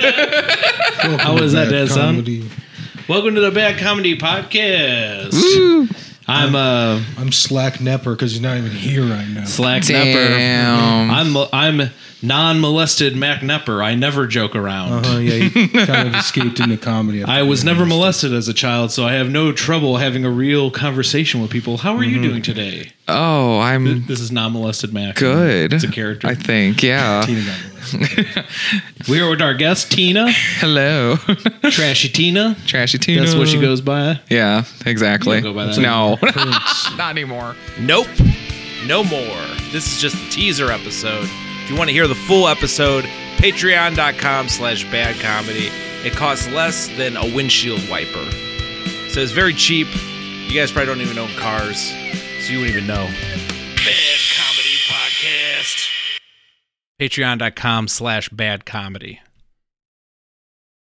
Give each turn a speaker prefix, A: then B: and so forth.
A: How was that, Dad? Son?
B: Comedy.
A: Welcome to the Bad Comedy Podcast. I'm uh,
B: I'm slack nepper because he's not even here right now.
A: Slack Nepper.
C: Damn.
A: I'm I'm non-molested Mac Nepper. I never joke around.
C: Uh-huh.
B: Uh huh. Yeah, he kind of escaped into comedy.
A: I was never molested as a child, so I have no trouble having a real conversation with people. How are you
C: Mm-hmm.
A: doing today?
C: Oh, I'm
A: This is non-molested Mac.
C: good.
A: It's a character.
C: I think. Yeah.
B: Tina got molested.
A: We are with our guest Tina,
C: Hello.
A: Trashy Tina.
C: Trashy Tina.
A: That's what she goes by.
C: Yeah, exactly.
A: You don't go by that
C: no. Not anymore.
D: Nope. No more. This is just a teaser episode. If you want to hear the full episode, patreon.com slash bad comedy. It costs less than a windshield wiper. So it's very cheap. You guys probably don't even own cars, so you wouldn't even know. Bad Comedy Podcast. Patreon.com slash bad comedy.